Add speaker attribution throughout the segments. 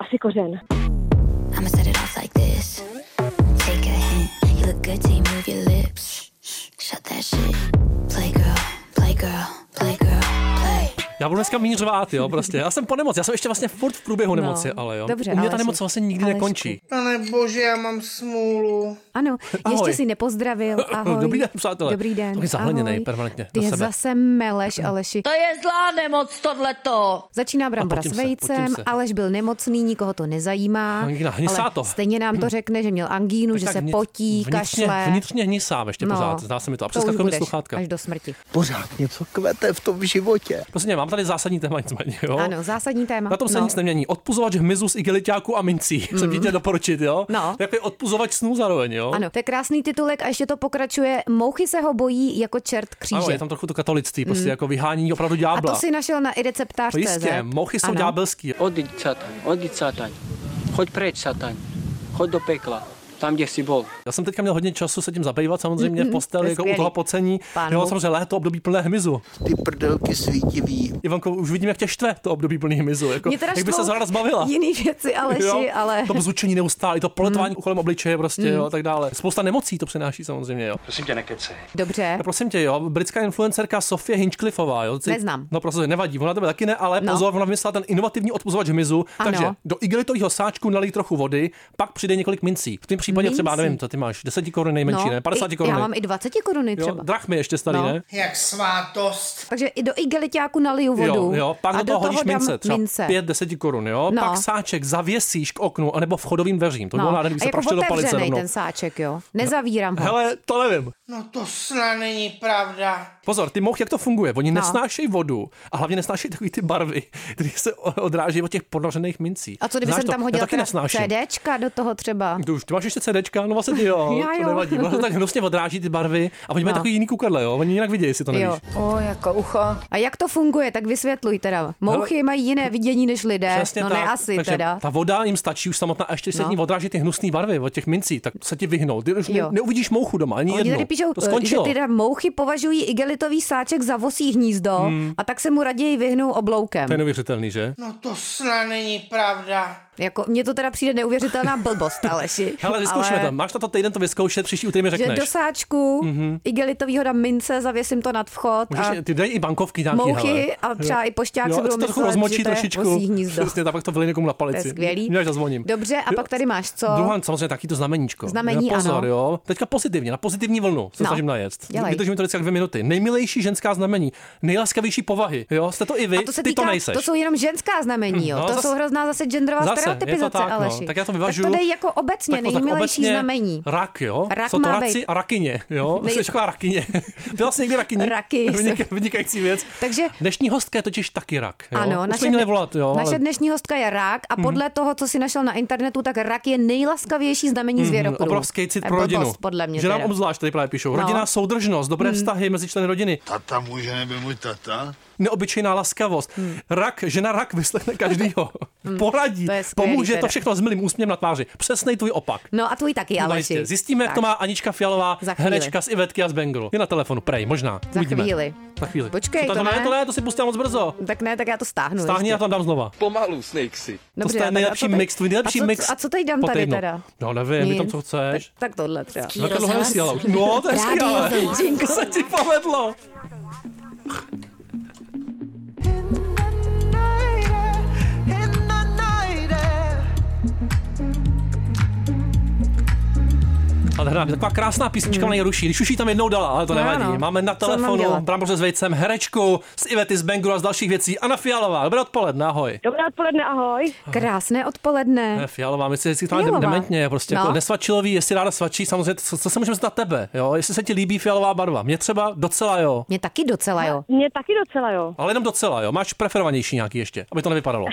Speaker 1: asi kořen.
Speaker 2: I'ma set it off like this. Take a hint. You look good till you move your lips. Shut that shit. Play girl, play girl, play girl, play.
Speaker 3: Já budu dneska míň řvát, jo, prostě. Já jsem po nemoci, já jsem ještě vlastně furt v průběhu
Speaker 4: No,
Speaker 3: nemoci, ale jo.
Speaker 4: dobře,
Speaker 3: U mě ta
Speaker 4: Aleši.
Speaker 3: nemoc vlastně nikdy
Speaker 4: Alešku.
Speaker 3: nekončí.
Speaker 5: Pane bože, já mám smůlu.
Speaker 4: Ano,
Speaker 3: Ahoj.
Speaker 4: ještě si nepozdravil. Ahoj.
Speaker 3: Dobrý den, přátelé.
Speaker 4: Dobrý den.
Speaker 3: Takový zahleněnej
Speaker 4: ahoj.
Speaker 3: permanentně
Speaker 4: Ty
Speaker 3: na
Speaker 4: je
Speaker 3: sebe.
Speaker 4: zase meleš, Aleši.
Speaker 6: To je zlá nemoc tohleto.
Speaker 4: Začíná brambora
Speaker 3: potím
Speaker 4: s
Speaker 3: se,
Speaker 4: vejcem,
Speaker 3: potím se. No,
Speaker 4: Aleš byl nemocný, nikoho to nezajímá.
Speaker 3: Angína, hnisá
Speaker 4: ale
Speaker 3: to. Hmm. No
Speaker 4: stejně nám to řekne, že měl angínu, že
Speaker 3: Tak
Speaker 4: se
Speaker 3: vnitř-
Speaker 4: potí,
Speaker 3: vnitřně,
Speaker 4: kašle. No,
Speaker 3: Vnitřně hnisám ještě pořád, zdá se mi to. A
Speaker 4: to už
Speaker 3: přeskakuje mi
Speaker 4: budeš
Speaker 3: sluchátka.
Speaker 4: až do smrti.
Speaker 7: Pořád něco kvete v tom životě.
Speaker 3: Prostě ne, mám tady zásadní téma nicméně, jo.
Speaker 4: Ano, zásadní téma.
Speaker 3: Na tom se
Speaker 4: no. Mhm.
Speaker 3: nic nemění. Odpuzovač hmyzu z igeliťáků a mincí. Mm. Jsem ti chtěl doporučit, jo?
Speaker 4: No.
Speaker 3: Takový odpuzovač snů zároveň, jo?
Speaker 4: Ano, to je krásný titulek a ještě to pokračuje. Mouchy se ho bojí jako čert kříže. Mhm.
Speaker 3: Ano, je tam trochu to katolictví, prostě jako vyhání opravdu ďábla.
Speaker 4: a to si našel na ireceptář.cz.
Speaker 3: No jistě, mouchy jsou
Speaker 4: Ano.
Speaker 3: ďábelský.
Speaker 8: Odíď, satan, odíď, satan. Choď preč, satan. Choď do pekla, tam, kde si bol.
Speaker 3: Já jsem teďka měl hodně času se tím zabývat, samozřejmě v
Speaker 4: Mhm. to
Speaker 3: posteli,
Speaker 4: je
Speaker 3: jako u
Speaker 4: skvělý.
Speaker 3: toho pocení.
Speaker 4: Pán
Speaker 3: Jo,
Speaker 4: Bůh.
Speaker 3: samozřejmě léto, období plné hmyzu.
Speaker 7: Ty prdelky svítivý.
Speaker 3: Ivanko, už vidím, jak tě štve to období plný hmyzu. Jako,
Speaker 4: Mě teda
Speaker 3: jak by se
Speaker 4: štvou
Speaker 3: zrovna zbavila.
Speaker 4: Jiný věci, Aleši,
Speaker 3: Jo,
Speaker 4: ale... Hmm.
Speaker 3: To bzučení neustále, to poletování kolem obličeje prostě jo, a tak dále. Spousta nemocí to přináší samozřejmě. Jo.
Speaker 4: Dobře.
Speaker 3: A prosím tě, jo, britská influencerka Sofie Hinchcliffová, jo. ty-
Speaker 4: Neznám.
Speaker 3: No prostě nevadí, ona tebe taky ne, ale
Speaker 4: No.
Speaker 3: pozor, ona vymyslela ten inovativní odpuzovač hmyzu.
Speaker 4: Ano.
Speaker 3: Takže do igelitového sáčku nalij trochu vody, pak přidej několik mincí. V tom případě třeba,
Speaker 4: Mincí. No,
Speaker 3: nevím, co ty máš, 10 korun nejmenší, ne? 50
Speaker 4: i-
Speaker 3: korun.
Speaker 4: Já mám i 20 koruny
Speaker 3: Jo,
Speaker 4: třeba.
Speaker 3: drachmy ještě starý,
Speaker 4: No.
Speaker 3: ne?
Speaker 5: Jak svátost.
Speaker 4: Takže i do igeliťáku naliju vodu.
Speaker 3: Jo, jo, pak
Speaker 4: a
Speaker 3: do toho hodíš
Speaker 4: dám
Speaker 3: mince, třeba
Speaker 4: mince.
Speaker 3: 5 10 korun, jo.
Speaker 4: No.
Speaker 3: Pak sáček zavěsíš k oknu anebo vchodovým dveřím. To
Speaker 4: No.
Speaker 3: bylo nádherný, kdyby
Speaker 4: a
Speaker 3: se
Speaker 4: jako
Speaker 3: praštil do palice
Speaker 4: otevřenej
Speaker 3: rovnou. No.
Speaker 4: ten sáček, jo. Nezavírám ho.
Speaker 3: Hele, to nevím.
Speaker 5: No to snad není pravda.
Speaker 3: Pozor, ty mouchy, jak to funguje? Oni
Speaker 4: No.
Speaker 3: nesnášejí vodu a hlavně nesnášejí takový ty barvy, které se o- odráží od těch ponořených mincí.
Speaker 4: A co kdyby
Speaker 3: Znáš
Speaker 4: jsem
Speaker 3: to?
Speaker 4: tam
Speaker 3: Já
Speaker 4: hodila
Speaker 3: taky
Speaker 4: teda
Speaker 3: nesnáším.
Speaker 4: CDčka do toho třeba?
Speaker 3: Ty už ty máš ještě CDčka, no vlastně ty jo,
Speaker 4: Já
Speaker 3: to
Speaker 4: jo.
Speaker 3: nevadí. Ono to tak hnusně odráží ty barvy a oni mají
Speaker 4: No.
Speaker 3: takový jiný kukadle, jo. Oni jinak vidějí, jestli to nevíš.
Speaker 4: Jo.
Speaker 6: O, jako ucho.
Speaker 4: A jak to funguje, tak vysvětluj teda. Mouchy mají jiné vidění než lidé.
Speaker 3: Přesně
Speaker 4: no
Speaker 3: tak.
Speaker 4: ne asi
Speaker 3: Takže
Speaker 4: teda.
Speaker 3: Ta voda jim stačí už samotná, a ještě když se
Speaker 4: No.
Speaker 3: no. ní odráží ty hnusné barvy od těch mincí, tak se ti vyhnou. Ty už
Speaker 4: Jo.
Speaker 3: ne, neuvidíš mouchu doma, ani
Speaker 4: Oni
Speaker 3: jednu.
Speaker 4: tady píšou,
Speaker 3: to
Speaker 4: eh, že
Speaker 3: skončilo.
Speaker 4: teda mouchy považují igelitový sáček za vosí hnízdo
Speaker 3: Hmm.
Speaker 4: a tak se mu raději vyhnou obloukem.
Speaker 3: To je neuvěřitelný, že?
Speaker 5: No to snad není pravda.
Speaker 4: Jako, mně to teda přijde neuvěřitelná blbost, Aleši.
Speaker 3: Hele, vyzkoušme to. Máš na to týden to vyzkoušet, příští úterý mi
Speaker 4: Že
Speaker 3: řekneš. Mhm.
Speaker 4: do sáčku mm-hmm. igelitovýho dám mince, zavěsím to nad vchod a
Speaker 3: Můžeš, ty dej i bankovky nějaký, hele.
Speaker 4: mouchy a třeba i pošťák si
Speaker 3: Jo,
Speaker 4: budou
Speaker 3: to trochu
Speaker 4: myslet,
Speaker 3: rozmočí
Speaker 4: že to je
Speaker 3: trošičku.
Speaker 4: vosí hnízdo.
Speaker 3: Přesně, tak pak to vylej někomu na
Speaker 4: To je
Speaker 3: palici.
Speaker 4: skvělý.
Speaker 3: Já zazvoním.
Speaker 4: Dobře, a
Speaker 3: Jo,
Speaker 4: pak tady máš co?
Speaker 3: Druhá, samozřejmě taky to znameníčko.
Speaker 4: Znamení,
Speaker 3: Pozor,
Speaker 4: ano.
Speaker 3: jo. Teďka pozitivně, na pozitivní vlnu se
Speaker 4: No,
Speaker 3: snažím najet.
Speaker 4: dělej.
Speaker 3: Vydržím to vždycky jak dvě minuty. Nejmilejší ženská znamení, nejlaskavější povahy, jo. Jste to i vy,
Speaker 4: A to se
Speaker 3: ty
Speaker 4: týká,
Speaker 3: to nejseš.
Speaker 4: to jsou jenom ženská znamení, jo.
Speaker 3: No,
Speaker 4: to
Speaker 3: zase-
Speaker 4: jsou hrozná zase genderová
Speaker 3: Zase, je to
Speaker 4: stereotypizace,
Speaker 3: tak, no.
Speaker 4: Aleši.
Speaker 3: Tak já to vyvažuju.
Speaker 4: Tak to dej jako obecně,
Speaker 3: Tak to tak
Speaker 4: nejmilejší
Speaker 3: obecně
Speaker 4: znamení.
Speaker 3: Rak, jo?
Speaker 4: Rak
Speaker 3: Jsou to
Speaker 4: má
Speaker 3: raci
Speaker 4: být.
Speaker 3: a rakyně, jo?
Speaker 4: Nej-
Speaker 3: Nej... Jsi taková rakyně. Byla jsi někdy rakyně?
Speaker 4: Raky.
Speaker 3: Vynik, vynikající věc.
Speaker 4: Takže-
Speaker 3: Dnešní hostka je totiž taky rak, jo?
Speaker 4: Ano,
Speaker 3: Už jsme měli volat, jo?
Speaker 4: naše
Speaker 3: ale- Mhm.
Speaker 4: dnešní hostka je rak a podle toho, co si našel na internetu, tak rak je nejlaskavější znamení mm-hmm.
Speaker 3: Mhm,
Speaker 4: zvěropodu.
Speaker 3: Obrovský cit
Speaker 4: To je
Speaker 3: pro rodinu.
Speaker 4: blbost, podle mě
Speaker 3: Že nám
Speaker 4: teda.
Speaker 3: obzvlášť tady právě píšou. Rodina,
Speaker 4: No.
Speaker 3: soudržnost, dobré vztahy mezi členy rodiny,
Speaker 7: Tata může nebyl můj tata?
Speaker 3: neobyčejná laskavost. Rak, žena rak vyslechne každýho. Poradí,
Speaker 4: Hm. to je skvělý
Speaker 3: pomůže to
Speaker 4: teda.
Speaker 3: všechno s milým úsměvem na tváři. Přesnej tvůj opak.
Speaker 4: No a tvůj taky, Aleši.
Speaker 3: Zajistě. Zjistíme, jak
Speaker 4: Tak,
Speaker 3: to má Anička Fialová,
Speaker 4: Za chvíli.
Speaker 3: herečka z Ivetky a z Bengru. Je na telefonu, prej, možná.
Speaker 4: Za
Speaker 3: Uvidíme.
Speaker 4: chvíli.
Speaker 3: Za chvíli. Co
Speaker 4: Počkej, to
Speaker 3: ne,
Speaker 4: ne.
Speaker 3: to ne, to si pustila moc brzo.
Speaker 4: Tak ne, tak já to stáhnu.
Speaker 3: Stáhni,
Speaker 4: ještě.
Speaker 3: já tam dám znova.
Speaker 9: Pomalu, Snakesy.
Speaker 3: to
Speaker 4: Dobře,
Speaker 3: je
Speaker 4: tak já
Speaker 3: nejlepší
Speaker 4: tady-
Speaker 3: mix, tvůj nejlepší
Speaker 4: a co,
Speaker 3: mix.
Speaker 4: A co tady dám
Speaker 3: po
Speaker 4: tady
Speaker 3: týdnu.
Speaker 4: teda?
Speaker 3: No nevím, mi tam
Speaker 4: Nic.
Speaker 3: co chceš.
Speaker 4: Tak, tak tohle třeba.
Speaker 3: No, tak dlouho nesílala už. No, to je skvělé. To se ti povedlo. Ale hra, taková krásná písnička, ona ji ruší. Když už ji tam jednou dala, ale to
Speaker 4: No
Speaker 3: nevadí.
Speaker 4: ano.
Speaker 3: Máme na
Speaker 4: Co mám
Speaker 3: telefonu
Speaker 4: dělat?
Speaker 3: Bramboře s vejcem, herečku z Ivety z Bengru a z dalších věcí. Anna Fialová, dobré odpoledne, ahoj.
Speaker 1: Dobré odpoledne, ahoj.
Speaker 4: Krásné odpoledne.
Speaker 3: Ne, Fialová, my si vždycky to
Speaker 4: Eh. Fialová.
Speaker 3: máme dementně, prostě
Speaker 4: No.
Speaker 3: no. jako nesvačilový, jestli ráda svačí, samozřejmě, co, co se můžeme zeptat tebe, jo, jestli se ti líbí fialová barva, mě třeba docela jo,
Speaker 4: Mě taky docela, jo.
Speaker 1: Mě taky docela, jo.
Speaker 3: ale jenom docela jo, máš preferovanější nějaký ještě, aby to nevypadalo,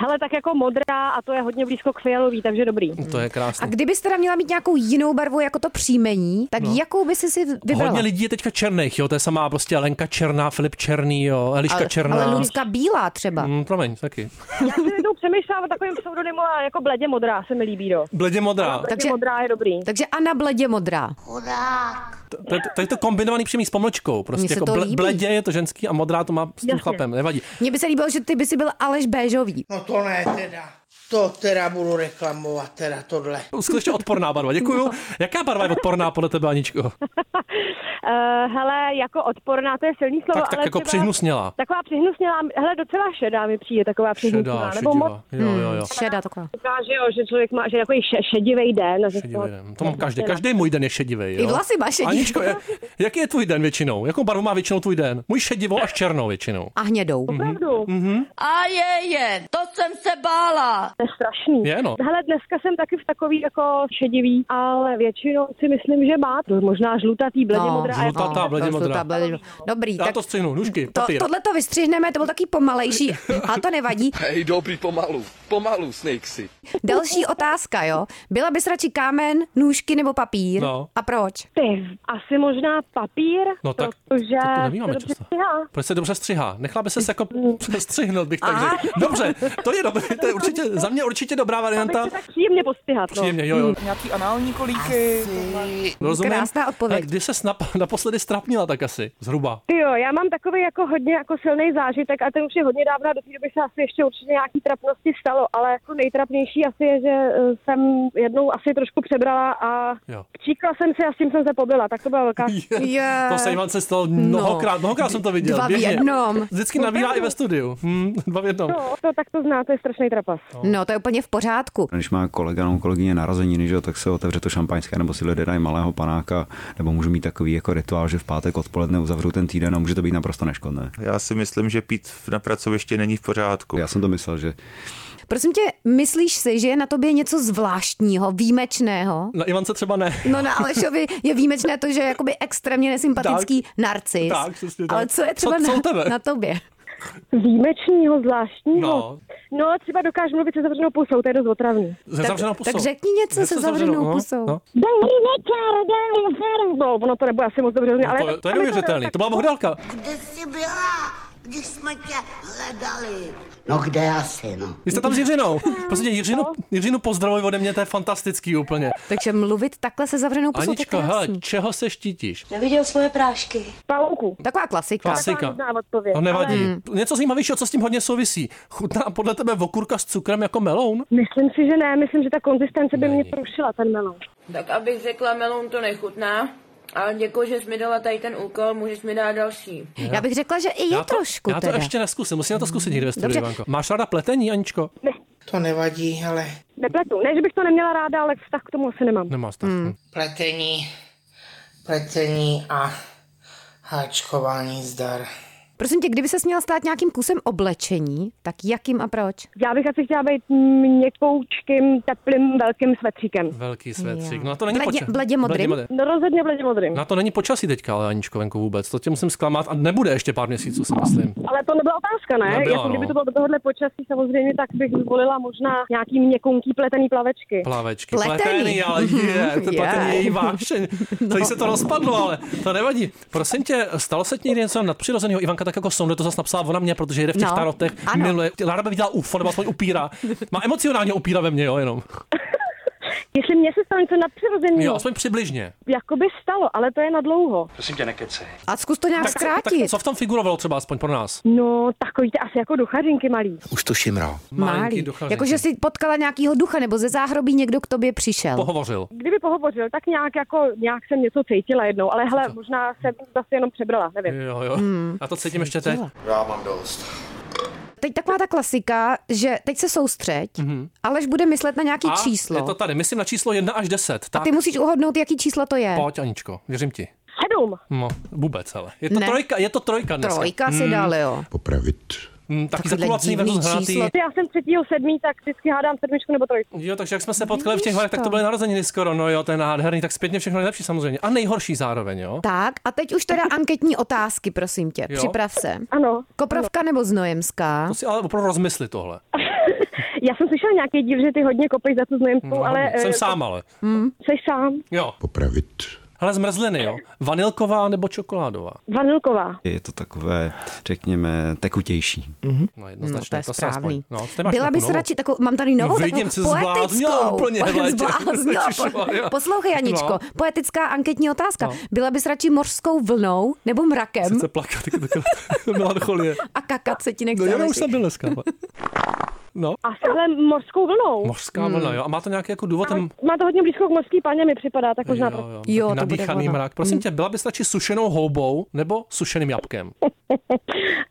Speaker 1: Hele, tak jako modrá a to je hodně blízko k fialový, takže dobrý.
Speaker 3: to je
Speaker 4: A
Speaker 3: krásné.
Speaker 4: kdybyste teda měla mít nějakou jinou barvu jako to příjmení, tak no. jakou by si si vybrala?
Speaker 3: Hodně lidí je teďka černých, jo, to je samá prostě Lenka Černá, Filip Černý, jo, Eliška
Speaker 4: ale,
Speaker 3: Černá.
Speaker 4: ale Lucka bílá třeba.
Speaker 3: No. Mm, promiň, taky.
Speaker 1: Já si jednou přemýšlám o takovém pseudonymu a jako bledě modrá se mi líbí, jo.
Speaker 3: Bledě modrá.
Speaker 1: Bledě
Speaker 4: Takže-
Speaker 1: modrá je dobrý.
Speaker 4: Takže Anna bledě modrá.
Speaker 3: To, to, to, je to kombinovaný přímý s pomlčkou. Prostě
Speaker 4: Mně se
Speaker 3: jako
Speaker 4: to
Speaker 3: ble,
Speaker 4: líbí.
Speaker 3: bledě je to ženský a modrá to má s tím
Speaker 1: Jasně.
Speaker 3: chlapem, nevadí.
Speaker 4: Mně by se líbilo, že ty by si byl Aleš Béžový.
Speaker 5: No to ne teda. To teda budu reklamovat, teda tohle.
Speaker 3: Skutečně odporná barva,
Speaker 4: No.
Speaker 3: děkuju. Jaká barva je odporná podle tebe, Aničko?
Speaker 1: Uh, hele, jako odporná, to je silný slovo,
Speaker 3: Tak, tak
Speaker 1: ale
Speaker 3: jako
Speaker 1: třeba-
Speaker 3: přihnusněla.
Speaker 1: Taková přihnusnělá, hele, docela šedá mi přijde taková přihnusnělá.
Speaker 3: Šedá,
Speaker 1: nebo moc
Speaker 3: šedivá. Jo, jo, jo.
Speaker 4: Šedá taková.
Speaker 1: taková, že jo, že člověk má, že takový še, šedivý den. A že
Speaker 4: No,
Speaker 3: Šedivý den. To mám každý. Každý můj den je šedivý. Jo?
Speaker 4: I vlasy má šedivý.
Speaker 3: Aničko, je- jaký je tvůj den většinou? Jakou barvu má většinou tvůj den? Můj šedivou až černou většinou.
Speaker 4: A hnědou.
Speaker 3: Mhm.
Speaker 1: Opravdu, mm-hmm.
Speaker 6: A je, je, to jsem se bála.
Speaker 1: to je strašný.
Speaker 3: Je, no.
Speaker 1: Hele, dneska jsem taky v takový jako šedivý, ale většinou si myslím, že má. To možná žlutá, bledě
Speaker 4: No,
Speaker 1: modrá.
Speaker 3: žlutá,
Speaker 1: jako-
Speaker 3: ta bledě
Speaker 4: to jsou
Speaker 3: modrá.
Speaker 4: ta bledě- Dobrý,
Speaker 3: Já
Speaker 4: tak
Speaker 3: to střihnu, nůžky,
Speaker 4: to,
Speaker 3: papír.
Speaker 4: tohle to vystřihneme, to byl taký pomalejší, a to nevadí.
Speaker 9: Hej, dobrý, pomalu, pomalu, Snakesy.
Speaker 4: Další otázka, jo. Byla bys radši kámen, nůžky nebo papír?
Speaker 3: No.
Speaker 4: A proč?
Speaker 1: Ty, asi možná papír,
Speaker 3: No tak
Speaker 1: protože...
Speaker 3: to, to nevnímáme
Speaker 1: dobře
Speaker 3: často.
Speaker 1: stíhá.
Speaker 3: Proč se dobře střihá? Nechala by se jako přestřihnout, bych tak
Speaker 4: Aha.
Speaker 3: řekl. Dobře, to je dobré, to je určitě, za mě určitě dobrá
Speaker 1: Abych
Speaker 3: varianta.
Speaker 1: se tak příjemně postihat. No.
Speaker 3: Příjemně, jo,
Speaker 4: Hmm.
Speaker 3: jo.
Speaker 10: Nějaký anální kolíky.
Speaker 3: Rozumím.
Speaker 4: Krásná odpověď.
Speaker 3: A Eh, kdy se snap, naposledy strapnila tak asi? Zhruba.
Speaker 1: Ty Jo, já mám takový jako hodně jako silný zážitek a ten už je hodně dávno a do té doby se asi ještě určitě nějaký trapnosti stalo, ale jako nejtrapnější asi je, že eh, jsem jednou asi trošku přebrala a
Speaker 3: Jo.
Speaker 1: kčíkla jsem se a s tím jsem se pobila, tak to byla velká...
Speaker 4: Je.
Speaker 3: To se Ivan se stalo mnohokrát, mnohokrát jsem to viděl.
Speaker 4: Dva v
Speaker 3: běžně.
Speaker 4: jednom.
Speaker 3: Vždycky nabírá i ve studiu. Hm, dva v jednom.
Speaker 1: No, to, tak to zná, to je strašný trapas.
Speaker 4: No, to je úplně v pořádku.
Speaker 11: Když má kolega nebo kolegyně narozeniny, že, jo, tak se otevře to šampaňské, nebo si lidé dají malého panáka, nebo můžu mít takový jako rituál, že v pátek odpoledne uzavřu ten týden a může to být naprosto neškodné.
Speaker 10: Já si myslím, že pít na pracovišti není v pořádku.
Speaker 11: Já jsem to myslel, že
Speaker 4: Prosím tě, myslíš si, že je na tobě něco zvláštního, výjimečného?
Speaker 3: Na Ivance třeba ne.
Speaker 4: No na Alešovi je výjimečné to, že je jakoby extrémně nesympatický tak, narcis.
Speaker 3: tak, přesně tak.
Speaker 4: Ale co je
Speaker 3: Co-
Speaker 4: třeba
Speaker 3: co u
Speaker 4: na,
Speaker 3: tebe?
Speaker 4: na tobě?
Speaker 1: Výjimečního, zvláštního.
Speaker 3: No.
Speaker 1: no třeba dokážu mluvit se zavřenou pusou, to je dost otravný.
Speaker 3: Se zavřenou pusou.
Speaker 4: No,
Speaker 3: no.
Speaker 4: tak řekni něco se zavřenou pusou.
Speaker 1: Dobrý večer, dobrý večer. No, ono to nebude asi moc dobře,
Speaker 3: No,
Speaker 1: ale...
Speaker 3: to, je- to je neuvěřitelný. To byla bohdalka.
Speaker 2: Kde jsi byla, když jsme tě hledali?
Speaker 7: No kde asi, no.
Speaker 3: Vy jste tam s Jiřinou. Prostě Jiřinu, Jiřinu pozdravuj ode mě, to je fantastický úplně.
Speaker 4: Takže mluvit takhle se zavřenou pusou, to je
Speaker 3: Aničko, hele,
Speaker 4: krásný.
Speaker 3: čeho se štítíš?
Speaker 2: Neviděl svoje prášky.
Speaker 1: Palouku.
Speaker 4: Taková klasika.
Speaker 3: Klasika.
Speaker 1: Taková nudná odpověď,
Speaker 3: To No, nevadí. Mm. Něco zajímavějšího, co s tím hodně souvisí. Chutná podle tebe okurka s cukrem jako meloun?
Speaker 4: No,
Speaker 1: Myslím si, že ne, myslím, že ta konzistence by mě porušila ten melon.
Speaker 6: Tak abych řekla, melon to nechutná, ale děkuji, že jsi mi dala tady ten úkol, můžeš mi dát další.
Speaker 4: Já bych řekla, že i je trošku
Speaker 3: já to
Speaker 4: teda.
Speaker 3: ještě neskusím, musím na to zkusit někde ve studiu,
Speaker 4: Dobře.
Speaker 3: Ivanko. Máš ráda pletení, Aničko?
Speaker 5: To nevadí, ale
Speaker 1: Nepletu. Ne, že bych to neměla ráda, ale vztah k tomu asi nemám.
Speaker 3: Nemáš tak.
Speaker 4: Mm.
Speaker 3: Hmm.
Speaker 5: pletení, pletení a háčkování zdar.
Speaker 4: Prosím tě, kdyby se měla stát nějakým kusem oblečení, tak jakým a proč?
Speaker 1: Já bych asi chtěla být měkoučkým, teplým, velkým svetříkem.
Speaker 3: Velký svetřík.
Speaker 4: Jo.
Speaker 3: No na to není
Speaker 4: Bledě-
Speaker 3: počasí.
Speaker 4: bledě modrý?
Speaker 1: No rozhodně bledě modrým.
Speaker 3: Na to není počasí teďka, ale Aničko, venku vůbec. To tě musím zklamat a nebude ještě pár měsíců, si myslím.
Speaker 1: Ale to nebyla otázka, ne?
Speaker 3: Nebyla,
Speaker 1: jako,
Speaker 3: no.
Speaker 1: kdyby to bylo do tohohle počasí, samozřejmě, tak bych zvolila možná nějaký měkonký pletený plavečky.
Speaker 3: Plavečky.
Speaker 4: Pletený.
Speaker 3: ale je, to
Speaker 4: Je.
Speaker 3: pletený je No. její vášeň. Tady se to rozpadlo, ale to nevadí. Prosím tě, stalo se ti někdy něco nadpřirozeného? Ivanka tak jako sonde to zase napsala ona mě, protože jede v těch
Speaker 4: No,
Speaker 3: tarotech,
Speaker 4: ano.
Speaker 3: miluje. Lára by viděla UFO, nebo aspoň upíra. Má emocionálně upíra ve mně, jo, jenom.
Speaker 1: Jestli mě se stalo něco
Speaker 3: Jo,
Speaker 1: nadpřirozeného,
Speaker 3: aspoň přibližně.
Speaker 1: jako by stalo, ale to je na dlouho.
Speaker 9: Prosím tě, nekecej.
Speaker 4: A zkus to nějak
Speaker 3: Tak
Speaker 4: zkrátit.
Speaker 3: co v tom figurovalo třeba aspoň pro nás?
Speaker 1: No, takový ty asi jako duchařinky malý.
Speaker 7: Už to šimrá.
Speaker 3: Malinký
Speaker 4: Málí.
Speaker 3: duchařinky.
Speaker 4: Jakože jsi Jako, potkala nějakýho ducha, nebo ze záhrobí někdo k tobě přišel.
Speaker 3: Pohovořil.
Speaker 1: Kdyby pohovořil, tak nějak jako, nějak jsem něco cítila jednou, ale hele, možná jsem zase jenom přebrala, nevím.
Speaker 3: Jo, jo. A to cítím ještě teď.
Speaker 4: Teď taková ta klasika, že teď se soustřeď, alež bude myslet na nějaký
Speaker 3: Mhm. A
Speaker 4: číslo.
Speaker 3: je to tady, myslím na číslo 1 až 10.
Speaker 4: A
Speaker 3: Tak
Speaker 4: ty musíš uhodnout, jaký číslo to je.
Speaker 3: pojď, Aničko, věřím ti.
Speaker 1: Sedm.
Speaker 3: No, vůbec, ale. Je to
Speaker 4: Ne.
Speaker 3: trojka, je to trojka dneska.
Speaker 4: Trojka si dal, jo.
Speaker 7: Popravit.
Speaker 3: Mm, taky
Speaker 4: Takovýhle
Speaker 3: zakulacený
Speaker 4: divný
Speaker 3: versus hranatý.
Speaker 4: číslo.
Speaker 1: Já jsem třetího sedmý, tak vždycky hádám sedmičku nebo trojku.
Speaker 3: Jo, takže jak jsme se potkali v těch
Speaker 4: Vidíš
Speaker 3: horech, tak
Speaker 4: to.
Speaker 3: to byly narozeniny skoro. No jo, to je nádherný, tak zpětně všechno nejlepší samozřejmě. A nejhorší zároveň, jo?
Speaker 4: Tak a teď už teda anketní otázky, prosím tě.
Speaker 3: Jo.
Speaker 4: Připrav se.
Speaker 1: Ano.
Speaker 4: Koprovka nebo Znojemská?
Speaker 3: To si ale opravdu rozmysli tohle.
Speaker 1: Já jsem slyšela nějaký díl, že ty hodně kopeš za tu znojemskou,
Speaker 3: No,
Speaker 1: ale...
Speaker 3: jsem
Speaker 1: eh,
Speaker 3: sám ale.
Speaker 1: Jsi sám.
Speaker 3: Jo.
Speaker 7: Popravit.
Speaker 3: Hele, zmrzliny, jo. Vanilková nebo čokoládová?
Speaker 1: Vanilková.
Speaker 11: je to takové, řekněme, tekutější.
Speaker 3: No,
Speaker 4: No, to
Speaker 3: jednoznačně,
Speaker 4: je
Speaker 3: se aspoň.
Speaker 4: správný.
Speaker 3: No, ty máš
Speaker 4: Byla
Speaker 3: nějakou
Speaker 4: bys
Speaker 3: novou. No,
Speaker 4: radši takovou, mám tady novou,
Speaker 3: vidím, jsi
Speaker 4: takovou
Speaker 3: zbláznila
Speaker 4: poetickou.
Speaker 3: úplně, hele, tě.
Speaker 4: Zbláznila.
Speaker 3: Ježišmarja.
Speaker 4: Poslouchej, Janičko,
Speaker 3: No.
Speaker 4: poetická anketní otázka. Byla bys radši mořskou vlnou nebo mrakem?
Speaker 3: Sice plakat, tak to byla melancholie.
Speaker 4: A kakat se ti
Speaker 3: No,
Speaker 4: nechce.
Speaker 3: já už
Speaker 4: Aleši.
Speaker 3: jsem byl dneska. ale- No.
Speaker 1: A s tohle mořskou vlnou.
Speaker 3: Mořská
Speaker 4: Hmm.
Speaker 3: vlna, jo. A má to nějaký jako důvod? Ten...
Speaker 1: Má to hodně blízko k mořský paně, mi připadá, tak možná.
Speaker 3: Jo, jo,
Speaker 1: proto.
Speaker 3: jo nadýchaný mrak. Prosím tě, byla by stačí sušenou houbou nebo sušeným jabkem?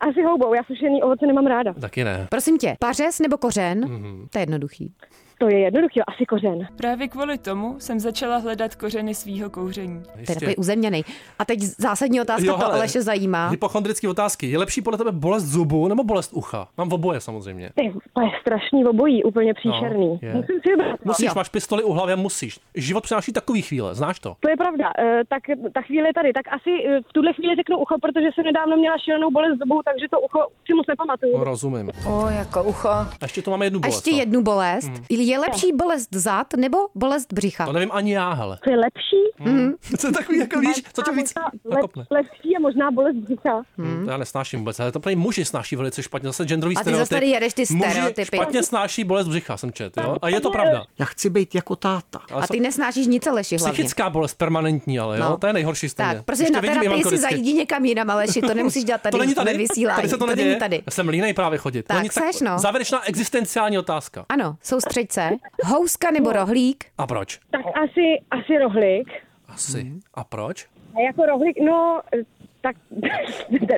Speaker 1: Asi houbou, já sušený ovoce nemám ráda.
Speaker 3: Taky ne.
Speaker 4: Prosím tě, pařez nebo kořen?
Speaker 3: Mhm.
Speaker 4: Mm-hmm. To je jednoduchý.
Speaker 1: To je jednoduchý, asi kořen.
Speaker 12: Právě kvůli tomu jsem začala hledat kořeny svýho kouření.
Speaker 4: To je takový uzemněný. A teď zásadní otázka,
Speaker 3: Jo,
Speaker 4: to
Speaker 3: hele.
Speaker 4: Aleše zajímá.
Speaker 3: Hypochondrické otázky. Je lepší podle tebe bolest zubu nebo bolest ucha? Mám oboje samozřejmě.
Speaker 1: Ty, to je strašný obojí, úplně příšerný.
Speaker 3: je.
Speaker 1: Musím si vybrat. no.
Speaker 3: Musíš, máš pistoli u hlavy a musíš. Život přináší takový chvíle, znáš to?
Speaker 1: To je pravda, e, tak ta chvíle je tady. Tak asi e, v tuhle chvíli řeknu ucho, protože jsem nedávno měla šílenou bolest zubů, takže to ucho si moc nepamatuju.
Speaker 3: No, Rozumím.
Speaker 4: O, jako ucho.
Speaker 3: A ještě tu máme jednu
Speaker 4: A
Speaker 3: bolest.
Speaker 4: ještě
Speaker 3: no.
Speaker 4: jednu bolest.
Speaker 3: Mm.
Speaker 4: Je lepší bolest zad nebo bolest břicha?
Speaker 3: To nevím ani já, hele.
Speaker 1: To je lepší?
Speaker 3: Mm. Co je takový, jako víš, co tě víc nakopne.
Speaker 1: Lepší je možná bolest břicha.
Speaker 3: Hmm. To já nesnáším vůbec, ale to prý muži snáší velice špatně, zase genderový
Speaker 1: A ty
Speaker 3: stereotyp.
Speaker 1: zase tady jedeš ty
Speaker 3: Muži
Speaker 4: stereotypy.
Speaker 3: špatně snáší bolest břicha, jsem čet, jo? A je to pravda.
Speaker 4: Já chci být jako táta.
Speaker 3: Ale
Speaker 4: A ty
Speaker 3: jsou-
Speaker 4: nesnášíš nic, Aleši, hlavně.
Speaker 3: Psychická bolest, permanentní, ale jo,
Speaker 4: No.
Speaker 3: to je nejhorší stejně.
Speaker 4: Tak, prostě
Speaker 3: Ještě
Speaker 4: na
Speaker 3: vidím
Speaker 4: terapii
Speaker 3: Ivanko
Speaker 4: si
Speaker 3: vždycky.
Speaker 4: zajdi někam jinam, Aleši, to nemusíš dělat tady,
Speaker 3: to není
Speaker 4: ve
Speaker 3: tady,
Speaker 4: vysílání.
Speaker 3: tady se to neděje.
Speaker 4: není tady.
Speaker 3: Já jsem línej právě chodit.
Speaker 4: Tak,
Speaker 3: není
Speaker 4: chceš, no.
Speaker 3: Závěrečná existenciální otázka.
Speaker 4: Ano, soustřeď se. Houska
Speaker 3: No.
Speaker 4: nebo rohlík?
Speaker 3: A proč?
Speaker 1: Tak asi, asi rohlík.
Speaker 3: Asi. A proč?
Speaker 1: A jako rohlík, no, e, tak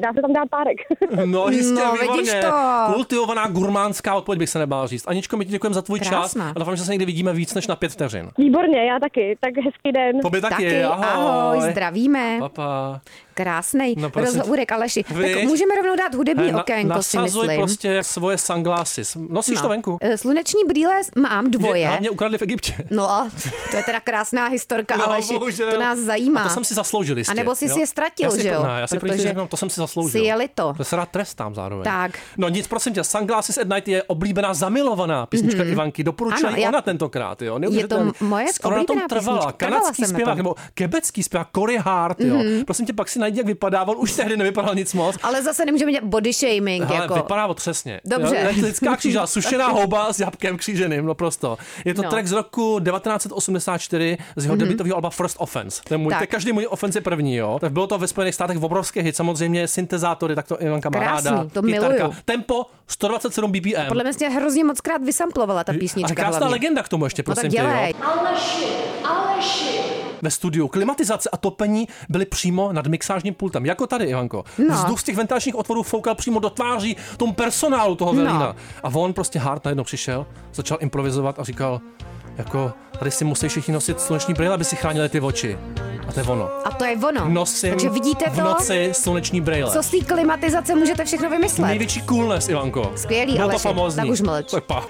Speaker 1: dá se tam dát párek.
Speaker 3: No jistě,
Speaker 1: No, vidíš
Speaker 3: výborně.
Speaker 1: to.
Speaker 3: Kultivovaná gurmánská odpověď bych se nebál říct. Aničko, my ti děkujeme za tvůj
Speaker 1: Krásná.
Speaker 3: čas a doufám, že se někdy vidíme víc než na pět vteřin.
Speaker 1: Výborně, já taky. Tak hezký den.
Speaker 3: Tobě taky,
Speaker 4: Taky,
Speaker 3: ahoj.
Speaker 4: ahoj, zdravíme.
Speaker 3: Papa.
Speaker 4: Krásný
Speaker 3: No, prosím tě.
Speaker 4: rozhovorek, Aleši. Tak
Speaker 3: Viď?
Speaker 4: můžeme rovnou dát hudební
Speaker 3: na-
Speaker 4: okénko, si
Speaker 3: nasazuj
Speaker 4: myslím.
Speaker 3: prostě svoje sunglasses. Nosíš
Speaker 4: No.
Speaker 3: to venku?
Speaker 4: Eh, Sluneční brýle mám dvoje.
Speaker 3: Mě, mě ukradli v Egyptě.
Speaker 4: No a to je teda krásná historka,
Speaker 3: No,
Speaker 4: Aleši.
Speaker 3: bohužel.
Speaker 4: To nás zajímá.
Speaker 3: A to jsem si zasloužil jistě.
Speaker 4: A nebo jsi
Speaker 3: jo?
Speaker 4: si je ztratil,
Speaker 3: já si,
Speaker 4: že jo?
Speaker 3: Ne, já si
Speaker 4: Protože
Speaker 3: Protože... říkám, to jsem si zasloužil.
Speaker 4: si jeli to.
Speaker 3: To se rád trestám zároveň.
Speaker 4: Tak.
Speaker 3: No nic, prosím tě, Sunglasses at Night je oblíbená, zamilovaná písnička
Speaker 4: Mhm.
Speaker 3: Ivanky. Doporučila
Speaker 4: Ano,
Speaker 3: ji
Speaker 4: já-
Speaker 3: ona tentokrát, jo?
Speaker 4: Je to moje
Speaker 3: Skoro na tom
Speaker 4: oblíbená
Speaker 3: trvala.
Speaker 4: písnička. Trvala
Speaker 3: Kanadský
Speaker 4: jsem na
Speaker 3: zpěvák,
Speaker 4: tom.
Speaker 3: nebo kebecký zpěvák Corey Hart, jo?
Speaker 4: Mhm.
Speaker 3: Prosím tě, pak si najdi, jak vypadával. Už tehdy nevypadal nic moc.
Speaker 4: Ale zase nemůžeme dělat body shaming.
Speaker 3: Hele,
Speaker 4: jako.
Speaker 3: vypadá otřesně.
Speaker 4: Dobře.
Speaker 3: Jo, Lidská křížela, sušená houba s jabkem kříženým, no prosto. Je to
Speaker 4: No.
Speaker 3: no. track z roku 1984 z jeho
Speaker 4: Mhm.
Speaker 3: mm-hmm. debitového alba First Offense. To je můj,
Speaker 4: Tak.
Speaker 3: to je každý můj offense je první, jo. Tak bylo to ve Spojených státech obrovský hit, samozřejmě syntezátory, tak to Ivanka má
Speaker 4: Krásný,
Speaker 3: ráda.
Speaker 4: to
Speaker 3: kytarka.
Speaker 4: miluju.
Speaker 3: Tempo 127 BPM.
Speaker 4: Podle mě jsi mě hrozně moc krát vysamplovala ta
Speaker 3: a
Speaker 4: písnička.
Speaker 3: krásná
Speaker 4: hlavně.
Speaker 3: legenda k tomu ještě,
Speaker 4: No tak
Speaker 3: prosím tě,
Speaker 4: dělej.
Speaker 3: jo.
Speaker 2: Aleši, Aleši.
Speaker 3: Ve studiu klimatizace a topení byly přímo nad mixážním pultem, jako tady, Ivanko.
Speaker 4: No.
Speaker 3: Vzduch z těch ventilačních otvorů foukal přímo do tváří tomu personálu toho Velína.
Speaker 4: No.
Speaker 3: A on prostě hard najednou přišel, začal improvizovat a říkal, jako, tady si musí všichni nosit sluneční brýle, aby si chránili ty oči. A to je ono.
Speaker 4: A to je ono.
Speaker 3: Nosím
Speaker 4: Takže vidíte
Speaker 3: v
Speaker 4: to?
Speaker 3: noci sluneční brýle.
Speaker 4: Co z té klimatizace můžete všechno vymyslet?
Speaker 3: Největší coolness, Ivanko.
Speaker 4: Skvělý,
Speaker 3: Bylo
Speaker 4: Aleši,
Speaker 3: to famózní.
Speaker 4: tak už mlč.
Speaker 3: Tak pa.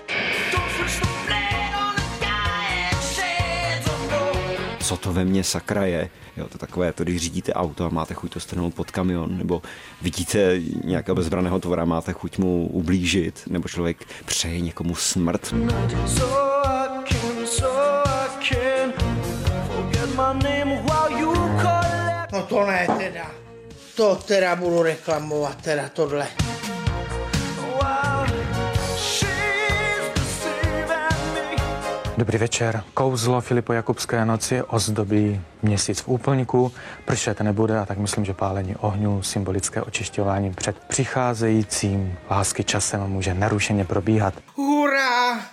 Speaker 11: co to ve mně sakra je. Jo, to je takové, to když řídíte auto a máte chuť to strhnout pod kamion, nebo vidíte nějakého bezbraného tvora, máte chuť mu ublížit, nebo člověk přeje někomu smrt.
Speaker 13: So I can, so I can forget my name while you call it.
Speaker 5: No to ne teda. To teda budu reklamovat, teda tohle.
Speaker 14: Dobrý večer. Kouzlo Filipo Jakubské noci ozdobí měsíc v úplňku. Pršet nebude a tak myslím, že pálení ohňů, symbolické očišťování před přicházejícím lásky časem může narušeně probíhat.
Speaker 5: Hurá!